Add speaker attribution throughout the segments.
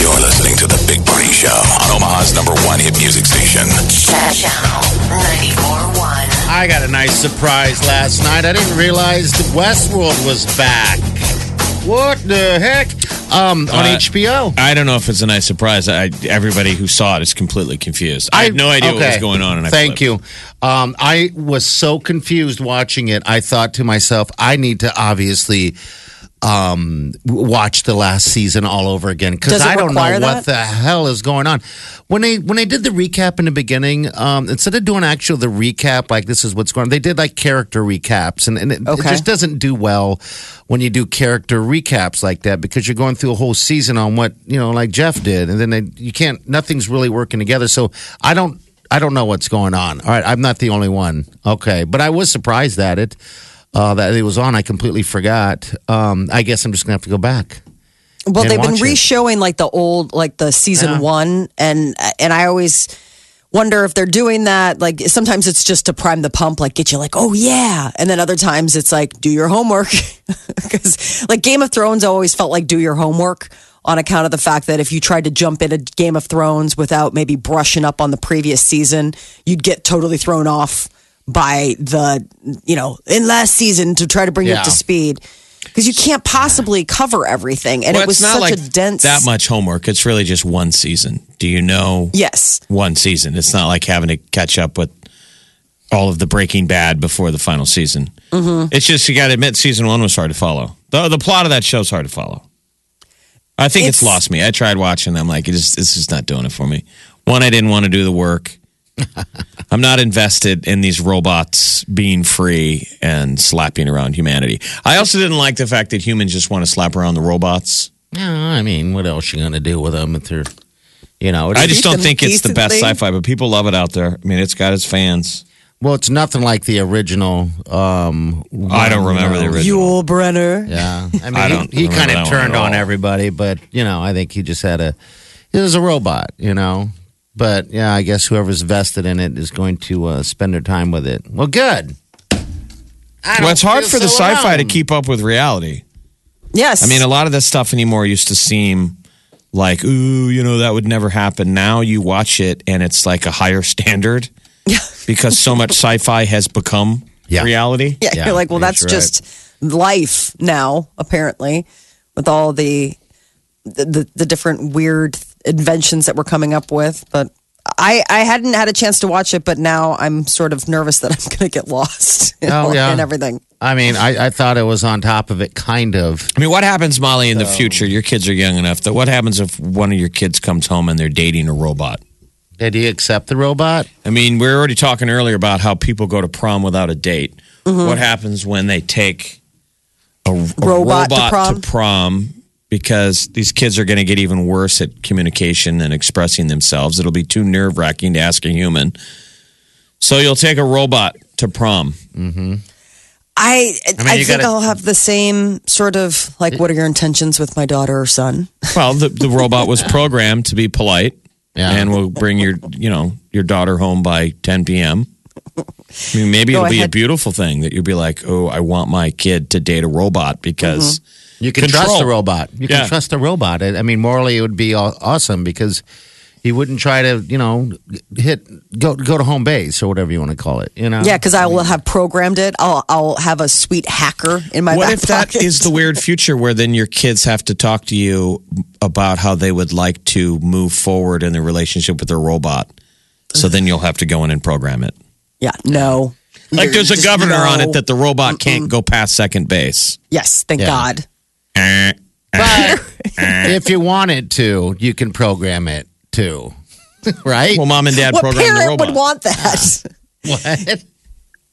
Speaker 1: You're listening to The Big Party Show on Omaha's number one hit music station.
Speaker 2: Channel 94.1.
Speaker 3: I got a nice surprise last night. I didn't realize that Westworld was back. What the heck? Um, on
Speaker 4: Uh,
Speaker 3: HBO.
Speaker 4: I don't know if it's a nice surprise. I, everybody who saw it is completely confused. I, had no idea what was
Speaker 3: okay.
Speaker 4: going on. And I
Speaker 3: Thank
Speaker 4: flipped.
Speaker 3: you. Um, I was so confused watching it. I thought to myself, I need to obviously um, w- watch the last season all over again because
Speaker 5: Does it
Speaker 3: I don't know
Speaker 5: require that?
Speaker 3: what the hell is going on. When they when they did the recap in the beginning, um, instead of doing actual the recap like this is what's going on, they did like character recaps, and, and it, it
Speaker 5: Okay.
Speaker 3: just doesn't do well when you do character recaps like that because you're going through a whole season on what you know, like Jeff did, and then they, you can't. Nothing's really working together. So I don't. I don't know what's going on. All right, I'm not the only one. Okay, but I was surprised at it uh, that it was on. I completely forgot. Um, I guess I'm just gonna have to go back.
Speaker 6: Well,
Speaker 3: and
Speaker 6: they've been
Speaker 3: watch it.
Speaker 6: re-showing like the old, like the season
Speaker 3: Yeah.
Speaker 6: one, and and I always wonder if they're doing that. Like sometimes it's just to prime the pump, like get you like, oh yeah, and then other times it's like do your homework, because like Game of Thrones always felt like do your homework on account of the fact that if you tried to jump into Game of Thrones without maybe brushing up on the previous season, you'd get totally thrown off by the you know in last season to try to bring you up to
Speaker 3: Yeah.
Speaker 6: speed. Because you can't possibly cover everything, and
Speaker 4: Well,
Speaker 6: it was
Speaker 4: it's not
Speaker 6: such
Speaker 4: like
Speaker 6: a dense
Speaker 4: that much homework. It's really just one season. Do you know?
Speaker 6: Yes.
Speaker 4: One season. It's not like having to catch up with all of the Breaking Bad before the final season. Mm-hmm. It's just you got to admit, season one was hard to follow. the The plot of that show's hard to follow. I think it's,
Speaker 6: It's-
Speaker 4: lost me. I tried watching. I'm like, it is. This is not doing it for me. One, I didn't want to do the work. I'm not invested in these robots being free and slapping around humanity. I also didn't like the fact that humans just want to slap around the robots.
Speaker 3: No, I mean, what else you gonna do with them if they're, you know?
Speaker 4: I just don't
Speaker 6: them
Speaker 4: think it's the best
Speaker 6: decently.
Speaker 4: sci-fi, but people love it out there. I mean, it's got its fans.
Speaker 3: Well, it's nothing like the original. Um,
Speaker 4: I don't remember the original.
Speaker 6: Yul Brenner.
Speaker 3: Yeah, I mean,
Speaker 4: I
Speaker 3: he-
Speaker 4: don't
Speaker 3: he,
Speaker 4: remember
Speaker 3: kind
Speaker 4: that
Speaker 3: of
Speaker 4: one
Speaker 3: turned
Speaker 4: at
Speaker 3: on
Speaker 4: all.
Speaker 3: everybody, but you know, I think he just had a. He was a robot, you know. But yeah, I guess whoever's vested in it is going to uh, spend their time with it. Well, good. I don't
Speaker 4: Well, it's hard
Speaker 3: feel
Speaker 4: for the
Speaker 3: so
Speaker 4: sci-fi to
Speaker 3: alone.
Speaker 4: keep up with reality.
Speaker 6: Yes.
Speaker 4: I mean, a lot of this stuff anymore used to seem like, ooh, you know, that would never happen. Now you watch it and it's like a higher standard because so much sci fi has become
Speaker 3: Yeah.
Speaker 4: reality.
Speaker 6: yeah,
Speaker 3: yeah,
Speaker 6: you're like, well,
Speaker 3: that's
Speaker 6: that's just life now, apparently, with all the, the the the different weird inventions that we're coming up with. But I I hadn't had a chance to watch it, but now I'm sort of nervous that I'm going to get lost in,
Speaker 3: Oh,
Speaker 6: all-
Speaker 3: yeah.
Speaker 6: in everything.
Speaker 3: I mean, I, I thought it was on top of it, kind of.
Speaker 4: I mean, what happens, Molly, in the future? Your kids are young enough that what happens if one of your kids comes home and they're dating a robot?
Speaker 3: Did he accept the robot?
Speaker 4: I mean, we were already talking earlier about how people go to prom without a date. What happens when they take a, a
Speaker 6: Mm-hmm. Robot
Speaker 4: robot,
Speaker 6: to prom?
Speaker 4: to prom? Because these kids are going to get even worse at communication and expressing themselves. It'll be too nerve wracking to ask a human. So you'll take a robot to prom.
Speaker 6: I I,
Speaker 3: mean, you
Speaker 6: think
Speaker 3: gotta-
Speaker 6: I'll have the same sort of like, what are your intentions with my daughter or son?
Speaker 4: Well, the, the robot was programmed to be polite
Speaker 3: Yeah.
Speaker 4: and will bring your you know your daughter home by 10 p.m. I mean, maybe
Speaker 6: Go
Speaker 4: it'll be a
Speaker 6: ahead.
Speaker 4: beautiful thing that you'll be like, oh, I want my kid to date a robot because
Speaker 6: Mm-hmm.
Speaker 3: You can
Speaker 4: Control.
Speaker 3: trust the robot. You can
Speaker 4: Yeah.
Speaker 3: trust the robot. I I mean, morally, it would be aw- awesome because he wouldn't try to, you know, hit go go to home base or whatever you want to call it.
Speaker 4: Um,
Speaker 3: You know,
Speaker 6: Yeah, because I will have programmed it. I'll I'll have a sweet hacker in my
Speaker 4: what
Speaker 6: back
Speaker 4: if that
Speaker 6: pocket.
Speaker 4: is the weird future where then your kids have to talk to you about how they would like to move forward in their relationship with their robot? So then you'll have to go in and program it.
Speaker 6: Yeah, no.
Speaker 4: Like there's a
Speaker 6: Just
Speaker 4: governor on
Speaker 6: no.
Speaker 4: it that the robot can't go past second base. Eh.
Speaker 6: Yes, thank
Speaker 3: Yeah.
Speaker 6: God.
Speaker 3: But if you wanted to, you can program it too, right?
Speaker 4: Well, mom and dad
Speaker 6: What
Speaker 4: program the
Speaker 6: parent
Speaker 4: robot.
Speaker 6: would want that?
Speaker 3: what?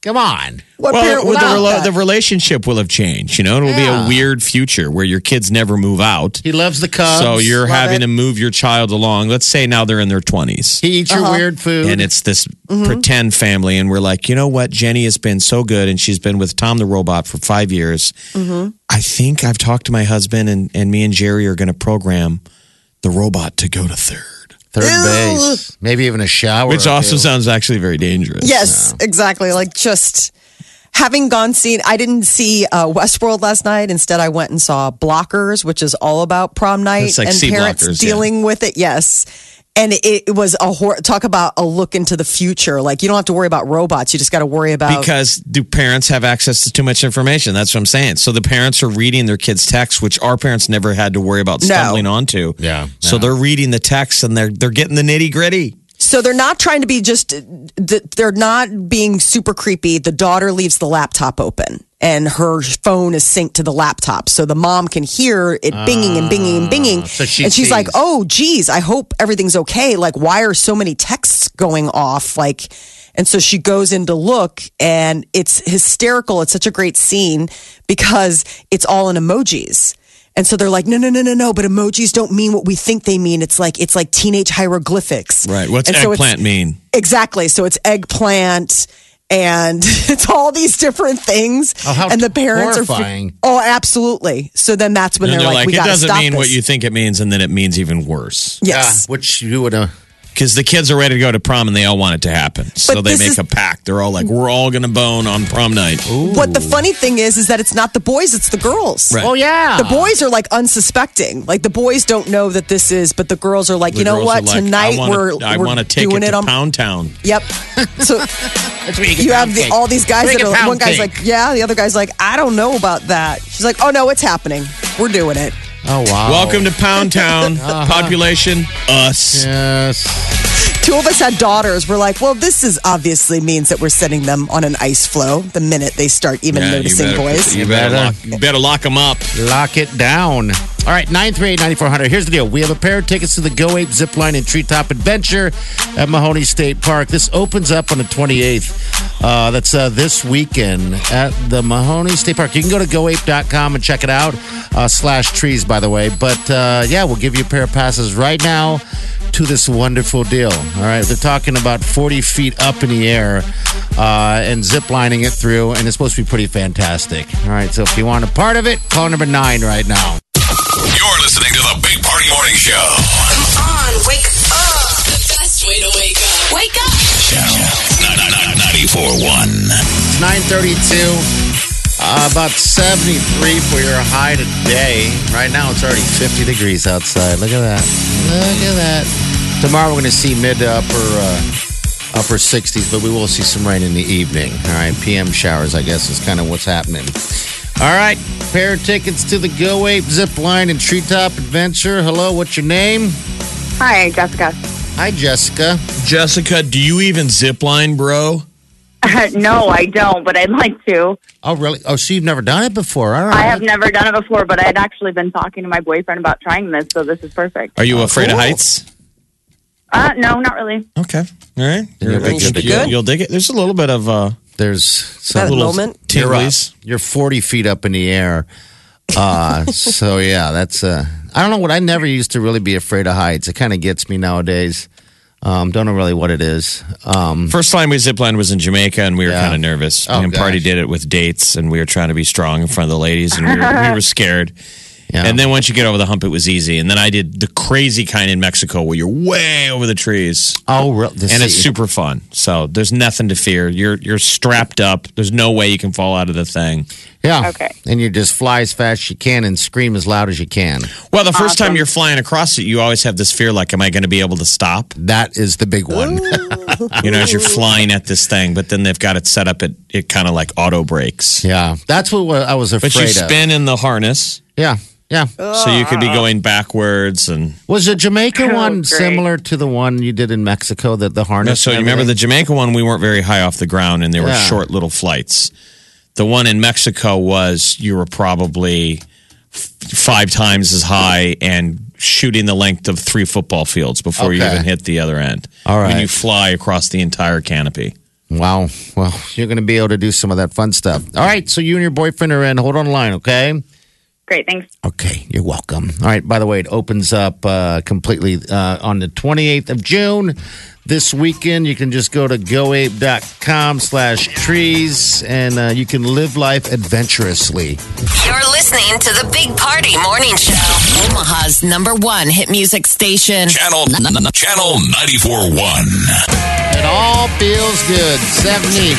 Speaker 3: Come on.
Speaker 6: What
Speaker 4: Well,
Speaker 6: parent would
Speaker 4: the,
Speaker 6: want
Speaker 4: rela-
Speaker 6: that?
Speaker 4: the relationship will have changed. You know, it'll be
Speaker 3: Yeah.
Speaker 4: a weird future where your kids never move out.
Speaker 3: He loves the Cubs.
Speaker 4: so you're
Speaker 6: love
Speaker 4: having
Speaker 6: it.
Speaker 4: to move your child along. Let's say now they're in their 20s.
Speaker 3: He eats
Speaker 6: Uh-huh.
Speaker 3: your weird food.
Speaker 4: and it's this pretend family and we're like you know what jenny has been so good and she's been with tom the robot for five years i think i've talked to my husband and, and me and jerry are going to program the robot to go to third
Speaker 3: Third base. Maybe even a shower.
Speaker 4: which
Speaker 3: or
Speaker 4: also
Speaker 3: two.
Speaker 4: sounds actually very dangerous
Speaker 6: Yes, exactly. Like just having gone seen, I didn't see uh, Westworld last night. Instead, I went and saw Blockers, which is all about prom night
Speaker 4: It's like
Speaker 6: and
Speaker 4: Sea
Speaker 6: parents
Speaker 4: Blockers, yeah.
Speaker 6: dealing with it. Yes. And it, it was a hor- talk about a look into the future. Like you don't have to worry about robots; you just got to worry about
Speaker 4: because do parents have access to too much information that's what i'm saying so the parents are reading their kids texts which our parents never had to worry about
Speaker 6: No.
Speaker 4: stumbling onto
Speaker 3: Yeah,
Speaker 4: so
Speaker 3: yeah.
Speaker 4: they're reading the texts and they're they're getting the nitty gritty
Speaker 6: So they're not trying to be just, th- they're not being super creepy. The daughter leaves the laptop open and her phone is synced to the laptop. So the mom can hear it binging and binging and binging.
Speaker 3: Ah, so she
Speaker 6: and she's
Speaker 3: sees.
Speaker 6: like, oh, geez, I hope everything's okay. Like, why are so many texts going off? Like, and so she goes in to look and it's hysterical. It's such a great scene because it's all in emojis. And so they're like, no, no, no, no, no. But emojis don't mean what we think they mean. It's like it's like teenage hieroglyphics.
Speaker 4: right what's
Speaker 6: And so it's-
Speaker 4: eggplant mean
Speaker 6: Exactly. So it's eggplant and it's all these different things.
Speaker 3: Oh, how
Speaker 6: and the parents
Speaker 3: horrifying.
Speaker 6: are. Oh, absolutely. So then that's when
Speaker 4: And
Speaker 6: they're, like, we
Speaker 4: it
Speaker 6: got to
Speaker 4: doesn't
Speaker 6: stop
Speaker 4: mean
Speaker 6: this.
Speaker 4: what you think it means, and then it means even worse.
Speaker 6: yes.
Speaker 3: Yeah, which you would have.
Speaker 4: Because the kids are ready to go to prom, and they all want it to happen. So
Speaker 6: But
Speaker 4: they
Speaker 6: this
Speaker 4: make
Speaker 6: is-
Speaker 4: a pact. They're all like, "We're all going to bone on prom night."
Speaker 6: What the funny thing is, is that it's not the boys, it's the girls.
Speaker 4: Right.
Speaker 3: Oh, yeah.
Speaker 6: The boys are like unsuspecting. Like the boys don't know that this is, but the girls are like,
Speaker 4: The
Speaker 6: you know
Speaker 4: girls
Speaker 6: what?
Speaker 4: are like,
Speaker 6: Tonight
Speaker 4: I wanna,
Speaker 6: we're,
Speaker 4: I
Speaker 6: we're
Speaker 4: wanna take
Speaker 6: doing
Speaker 4: it
Speaker 6: it,
Speaker 4: to
Speaker 6: on.
Speaker 4: Pound Town.
Speaker 6: Yep. So
Speaker 3: That's where you get
Speaker 6: you have
Speaker 3: pound
Speaker 6: the,
Speaker 3: cake.
Speaker 6: all these guys
Speaker 3: Bring
Speaker 6: that
Speaker 3: a
Speaker 6: are
Speaker 3: pound
Speaker 6: one guy's
Speaker 3: cake.
Speaker 6: like, yeah, the other guy's like, I don't know about that. She's like, oh no, it's happening. We're doing it.
Speaker 3: Oh, wow.
Speaker 4: Welcome to Pound Town.
Speaker 6: Uh-huh.
Speaker 4: Population us.
Speaker 3: Yes.
Speaker 6: Two of us had daughters. We're like, well, this is obviously means that we're setting them on an ice flow the minute they start even
Speaker 4: Yeah,
Speaker 6: noticing
Speaker 4: you better,
Speaker 6: boys.
Speaker 4: You better,
Speaker 3: Better.
Speaker 4: lock, you better lock 'em up.
Speaker 3: Lock it down. All right, 938-9400. Here's the deal. We have a pair of tickets to the Go Ape Zipline and Treetop Adventure at Mahoney State Park. This opens up on the 28th. Uh, that's uh, this weekend at the Mahoney State Park. You can go to goape.com and check it out, uh, slash trees, by the way. But, uh, yeah, we'll give you a pair of passes right now to this wonderful deal. All right, they're talking about 40 feet up in the air uh, and zip lining it through, and it's supposed to be pretty fantastic. All right, so if you want a part of it, call number nine right now.
Speaker 1: You're listening to the Big Party Morning Show.
Speaker 2: Come on, wake up.
Speaker 7: The best way to wake up. Wake up.
Speaker 1: Channel 941.
Speaker 3: It's 932. Uh, about 73 for your high today. Right now, it's already 50 degrees outside. Look at that. Look at that. Tomorrow, we're going to see mid to upper. Uh, Upper 60s, but we will see some rain in the evening. All right, PM showers, I guess, is kind of what's happening. All right, pair of tickets to the Go Ape Zip Line and Treetop Adventure. Hello, what's your name?
Speaker 8: Hi, Jessica.
Speaker 3: Hi, Jessica.
Speaker 4: Jessica, do you even zip line, bro?
Speaker 8: no, I don't, but I'd like to.
Speaker 3: Oh, really? Oh, so you've never done it before? All right.
Speaker 8: I have never done it before, but I'd actually been talking to my boyfriend about trying this, so this is perfect.
Speaker 4: Are you afraid of heights?
Speaker 8: Uh, no, not really.
Speaker 4: Okay. All right.
Speaker 3: You're
Speaker 4: You're-
Speaker 3: good.
Speaker 4: you'll- you'll, you'll dig it. There's a little bit of uh,
Speaker 3: There's some
Speaker 6: That
Speaker 3: little
Speaker 6: moment?
Speaker 3: You're, up.
Speaker 4: tinglies.
Speaker 3: You're 40 feet up in the air. Uh, so yeah, that's uh, I don't know what I never used to really be afraid of heights. It kind of gets me nowadays. Um, don't know really what it is. Um,
Speaker 4: First time we ziplined was in Jamaica, and we were
Speaker 3: Yeah.
Speaker 4: kind of nervous.
Speaker 3: Oh,
Speaker 4: and
Speaker 3: gosh.
Speaker 4: Party did it with dates, and we were trying to be strong in front of the ladies, and we were, we were scared.
Speaker 3: yeah.
Speaker 4: And then once you get over the hump, it was easy. And then I did the crazy kind in Mexico where you're way over the trees,
Speaker 3: oh, real, the
Speaker 4: and it's
Speaker 3: sea-
Speaker 4: super fun. So there's nothing to fear. You're you're strapped up. There's no way you can fall out of the thing.
Speaker 3: yeah.
Speaker 8: Okay.
Speaker 3: And you just fly as fast as you can and scream as loud as you can.
Speaker 4: Well, the first time you're flying across it, you always have this fear like, am I going to be able to stop?
Speaker 3: That is the big one.
Speaker 4: You know, as you're flying at this thing. But then they've got it set up. It it kind of like auto brakes.
Speaker 3: yeah, that's what I was afraid
Speaker 4: But you
Speaker 3: of.
Speaker 4: spin in the harness.
Speaker 3: yeah, yeah.
Speaker 4: So you could be going backwards and
Speaker 3: Was the Jamaica
Speaker 8: Oh,
Speaker 3: one
Speaker 8: great.
Speaker 3: similar to the one you did in Mexico? That the
Speaker 4: no,
Speaker 3: harness.
Speaker 4: so you
Speaker 3: and
Speaker 4: remember the
Speaker 3: everything?
Speaker 4: Jamaica one we weren't very high off the ground and they were
Speaker 3: Yeah.
Speaker 4: short little flights. The one in Mexico was you were probably f- five times as high and shooting the length of three football fields before you
Speaker 3: Okay.
Speaker 4: even hit the other end.
Speaker 3: All
Speaker 4: When
Speaker 3: right.
Speaker 4: you fly across the entire canopy.
Speaker 3: Wow. Well, you're going to be able to do some of that fun stuff. All right. So you and your boyfriend are in. Hold on the line, okay?
Speaker 8: Great, thanks.
Speaker 3: Okay. You're welcome. All right. By the way, it opens up uh, completely uh, on the 28th of June. This weekend, you can just go to goape.com slash trees and uh, you can live life adventurously.
Speaker 7: You're listening to the Big Party Morning Show. Omaha's number one hit music station.
Speaker 1: Channel Channel 94.1.
Speaker 3: It all feels good. 70,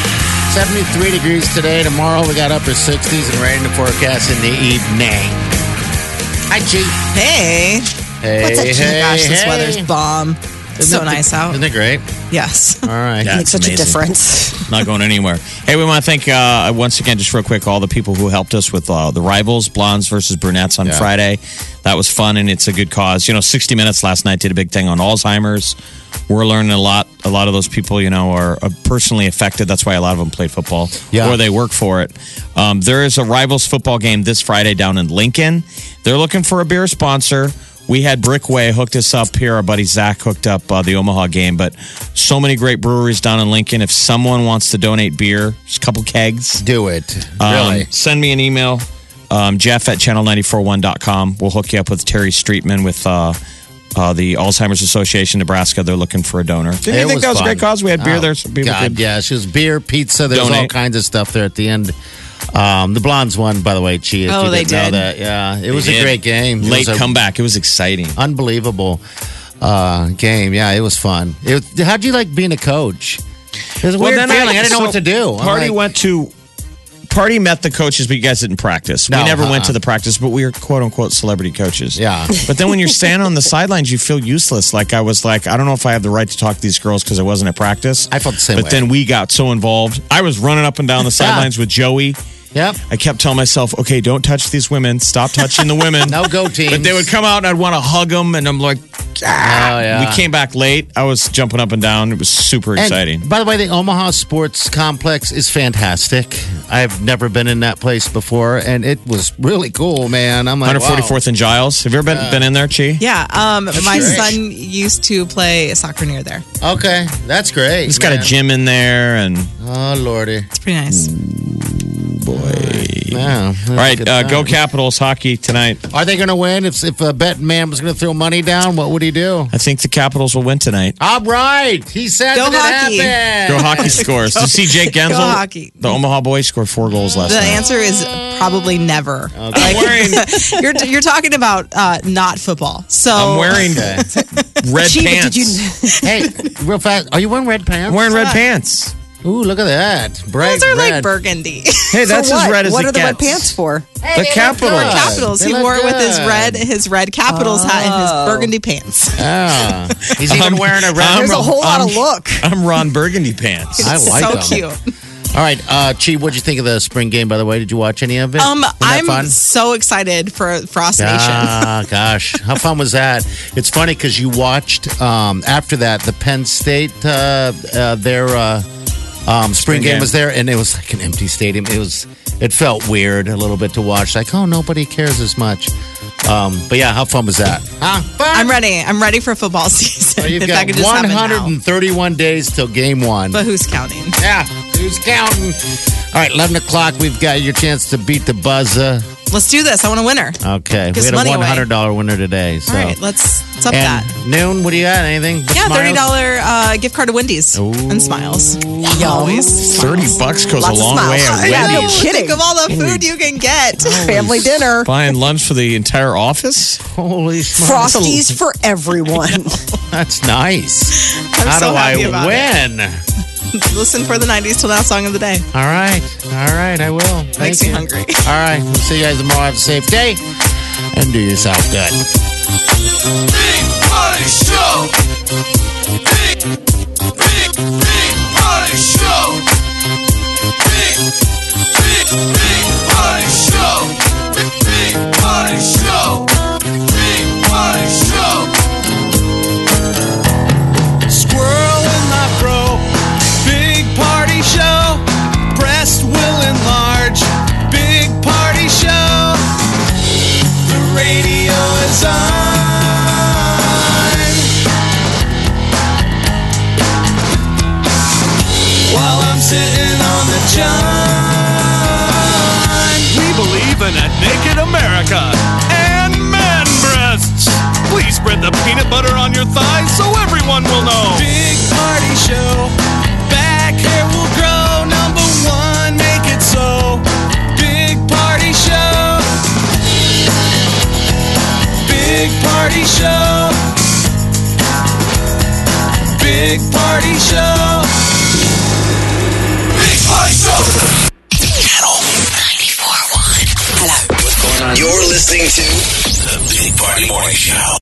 Speaker 3: 73 degrees today. Tomorrow, we got upper 60s and rain to forecast in the evening. Hi, G.
Speaker 9: Hey.
Speaker 3: Hey,
Speaker 9: What's up, G?
Speaker 3: hey,
Speaker 9: Gosh, this
Speaker 3: hey.
Speaker 9: weather's bomb. It's so nice out.
Speaker 3: Isn't it great?
Speaker 9: Yes.
Speaker 3: All right.
Speaker 6: Makes such a difference.
Speaker 4: Not going anywhere. Hey, we want to thank uh, once again, just real quick, all the people who helped us with uh, the rivals, blondes versus brunettes on
Speaker 3: Yeah.
Speaker 4: Friday. That was fun, and it's a good cause. You know, 60 Minutes last night did a big thing on Alzheimer's. We're learning a lot. A lot of those people, you know, are uh, personally affected. That's why a lot of them play football
Speaker 3: Yeah.
Speaker 4: or they work for it. Um, there is a rivals football game this Friday down in Lincoln. They're looking for a beer sponsor. We had Brickway hooked us up here. Our buddy Zach hooked up uh, the Omaha game, but so many great breweries down in Lincoln. If someone wants to donate beer, just a couple kegs,
Speaker 3: Do it.
Speaker 4: um,
Speaker 3: Really.
Speaker 4: send me an email, um, jeff at channel941.com. We'll hook you up with Terry Streetman with uh, uh, the Alzheimer's Association Nebraska. They're looking for a donor. Didn't
Speaker 3: It
Speaker 4: you think that was
Speaker 3: fun.
Speaker 4: a great cause? We had beer
Speaker 3: Oh,
Speaker 4: there. So people
Speaker 3: God,
Speaker 4: could-
Speaker 3: yeah. She was beer, pizza. There's all
Speaker 4: Donate.
Speaker 3: kinds of stuff there at the end. Um, the Blondes won, by the way, Chi. if
Speaker 9: Oh,
Speaker 3: you
Speaker 9: they
Speaker 3: didn't know
Speaker 9: did.
Speaker 3: that. Yeah. It was a
Speaker 4: Yeah.
Speaker 3: great game. It
Speaker 4: Late
Speaker 3: was a
Speaker 4: comeback. It was exciting.
Speaker 3: Unbelievable uh, game. Yeah, it was fun. It, how'd you like being a coach? It was a weird feeling. I, didn't know
Speaker 4: so
Speaker 3: what to do. I'm
Speaker 4: Party
Speaker 3: like-
Speaker 4: went to. Party met the coaches, but you guys didn't practice.
Speaker 3: No,
Speaker 4: we never
Speaker 3: uh-uh.
Speaker 4: went to the practice, but we were quote unquote celebrity coaches.
Speaker 3: Yeah.
Speaker 4: But then when you're standing on the sidelines, you feel useless. Like I was like, I don't know if I have the right to talk to these girls because I wasn't at practice.
Speaker 3: I felt the same
Speaker 4: But
Speaker 3: way.
Speaker 4: then we got so involved. I was running up and down the sidelines with Joey.
Speaker 3: Yep.
Speaker 4: I kept telling myself, okay, don't touch these women. Stop touching the women.
Speaker 3: No go teams.
Speaker 4: But they would come out and I'd want to hug them, and I'm like, ah.
Speaker 3: Oh, yeah.
Speaker 4: We came back late. I was jumping up and down. It was super
Speaker 3: And
Speaker 4: exciting.
Speaker 3: by the way, the Omaha Sports Complex is fantastic. I've never been in that place before, and it was really cool, man. I'm like,
Speaker 4: 144th and Giles. Have you ever been, been in there, Chi?
Speaker 9: Yeah. Um, my
Speaker 3: great.
Speaker 9: son used to play soccer near there.
Speaker 3: wow. Okay, that's great.
Speaker 4: It's got a
Speaker 3: man.
Speaker 4: gym in there, and
Speaker 3: Oh lordy,
Speaker 9: It's pretty nice.
Speaker 3: Mm. yeah.
Speaker 4: all right, uh, go Capitals hockey tonight.
Speaker 3: Are they going to win? If if a bet man was going to throw money down, what would he do?
Speaker 4: I think the Capitals will win tonight.
Speaker 3: All right, he said
Speaker 9: Go
Speaker 3: that
Speaker 9: hockey.
Speaker 3: it
Speaker 4: Go
Speaker 3: happened.
Speaker 4: hockey scores. Did you see Jake Gensel?
Speaker 9: hockey.
Speaker 4: The Omaha boys scored four goals last
Speaker 9: The
Speaker 4: night.
Speaker 9: answer is probably never.
Speaker 4: I'm wearing,
Speaker 9: You're you're talking about uh, not football. So
Speaker 4: I'm wearing red
Speaker 6: Gee, Oh. but
Speaker 4: pants.
Speaker 6: did you-
Speaker 3: hey, real fast, are you wearing red pants?
Speaker 4: I'm wearing red pants.
Speaker 3: Ooh, look at that, bright
Speaker 9: those are like
Speaker 3: red.
Speaker 9: burgundy.
Speaker 4: Hey, that's
Speaker 6: For
Speaker 4: as
Speaker 6: what?
Speaker 4: red as
Speaker 6: What
Speaker 4: it
Speaker 6: are the red
Speaker 4: gets.
Speaker 6: pants for?
Speaker 4: The Capitals.
Speaker 9: Capitals.
Speaker 3: They
Speaker 9: He
Speaker 3: look
Speaker 9: wore it with his
Speaker 3: good. Oh.
Speaker 9: red his red Capitals hat and his burgundy pants.
Speaker 3: Ah, he's even
Speaker 4: I'm-
Speaker 3: wearing a red.
Speaker 4: I'm-
Speaker 6: There's a whole lot of
Speaker 4: I'm-
Speaker 6: look.
Speaker 4: I'm Ron Burgundy pants.
Speaker 3: I like
Speaker 9: so
Speaker 3: them.
Speaker 9: cute.
Speaker 3: All right, uh, Chi, what'd you think of the spring game? By the way, did you watch any of it?
Speaker 9: Um,
Speaker 3: Wasn't that
Speaker 9: I'm
Speaker 3: fun?
Speaker 9: so excited for Frost Nation.
Speaker 3: Ah, gosh, how fun was that? It's funny because you watched um, after that the Penn State uh, uh, their uh, um, spring, game,
Speaker 4: game.
Speaker 3: was there, and it was like an empty stadium. It was it felt weird a little bit to watch. Like, oh, nobody cares as much. Um, but yeah, how fun was that? Huh? Fun.
Speaker 9: I'm ready. I'm ready for football season.
Speaker 3: So you've
Speaker 9: if
Speaker 3: got
Speaker 9: that could just happen now.
Speaker 3: 131 days till game one.
Speaker 9: But who's counting?
Speaker 3: yeah, who's counting? All right, 11 o'clock. We've got your chance to beat the buzzer.
Speaker 9: Let's do this. I want a winner.
Speaker 3: Okay, we
Speaker 9: Gives
Speaker 3: had a
Speaker 9: money away.
Speaker 3: $100 winner today. So.
Speaker 9: All right, let's, let's up
Speaker 3: And
Speaker 9: that.
Speaker 3: noon, what do you got? Anything? but
Speaker 9: Yeah, thirty
Speaker 3: smiles?
Speaker 9: dollar uh, gift card to Wendy's and Smiles. Always.
Speaker 4: Thirty bucks goes a
Speaker 6: Lots of
Speaker 4: long
Speaker 6: smiles.
Speaker 4: way at
Speaker 6: Yeah, no
Speaker 4: Wendy's.
Speaker 6: kidding.
Speaker 9: Think of all the food you can get.
Speaker 6: Family dinner.
Speaker 4: Buying lunch for the entire office.
Speaker 3: Holy smokes.
Speaker 6: Frosties for everyone.
Speaker 3: That's nice.
Speaker 9: I'm
Speaker 3: How
Speaker 9: so
Speaker 3: do
Speaker 9: happy
Speaker 3: I
Speaker 9: about
Speaker 3: win?
Speaker 9: it. Listen for the '90s till now song of the day.
Speaker 3: All right. All right. I will. Thank
Speaker 9: Makes
Speaker 3: you.
Speaker 9: me hungry.
Speaker 3: All right. We'll see you guys tomorrow. Have a safe day and do yourself good.
Speaker 1: Big Party Show. Big, big, big Party Show. Big, big, big Party Show. Big, big Party Show. Big Party Show.
Speaker 10: Squirrel in my fro. Big party show. Breast will enlarge. Big party show. The radio is on. sitting on the john. We believe in a naked America and man breasts. Please spread the peanut butter on your thighs so everyone will know. Big party show. Back hair will grow. Number one, make it so. Big party show. Big party show. Big party show. Big party show.
Speaker 1: You're listening to the Big Party Morning Show.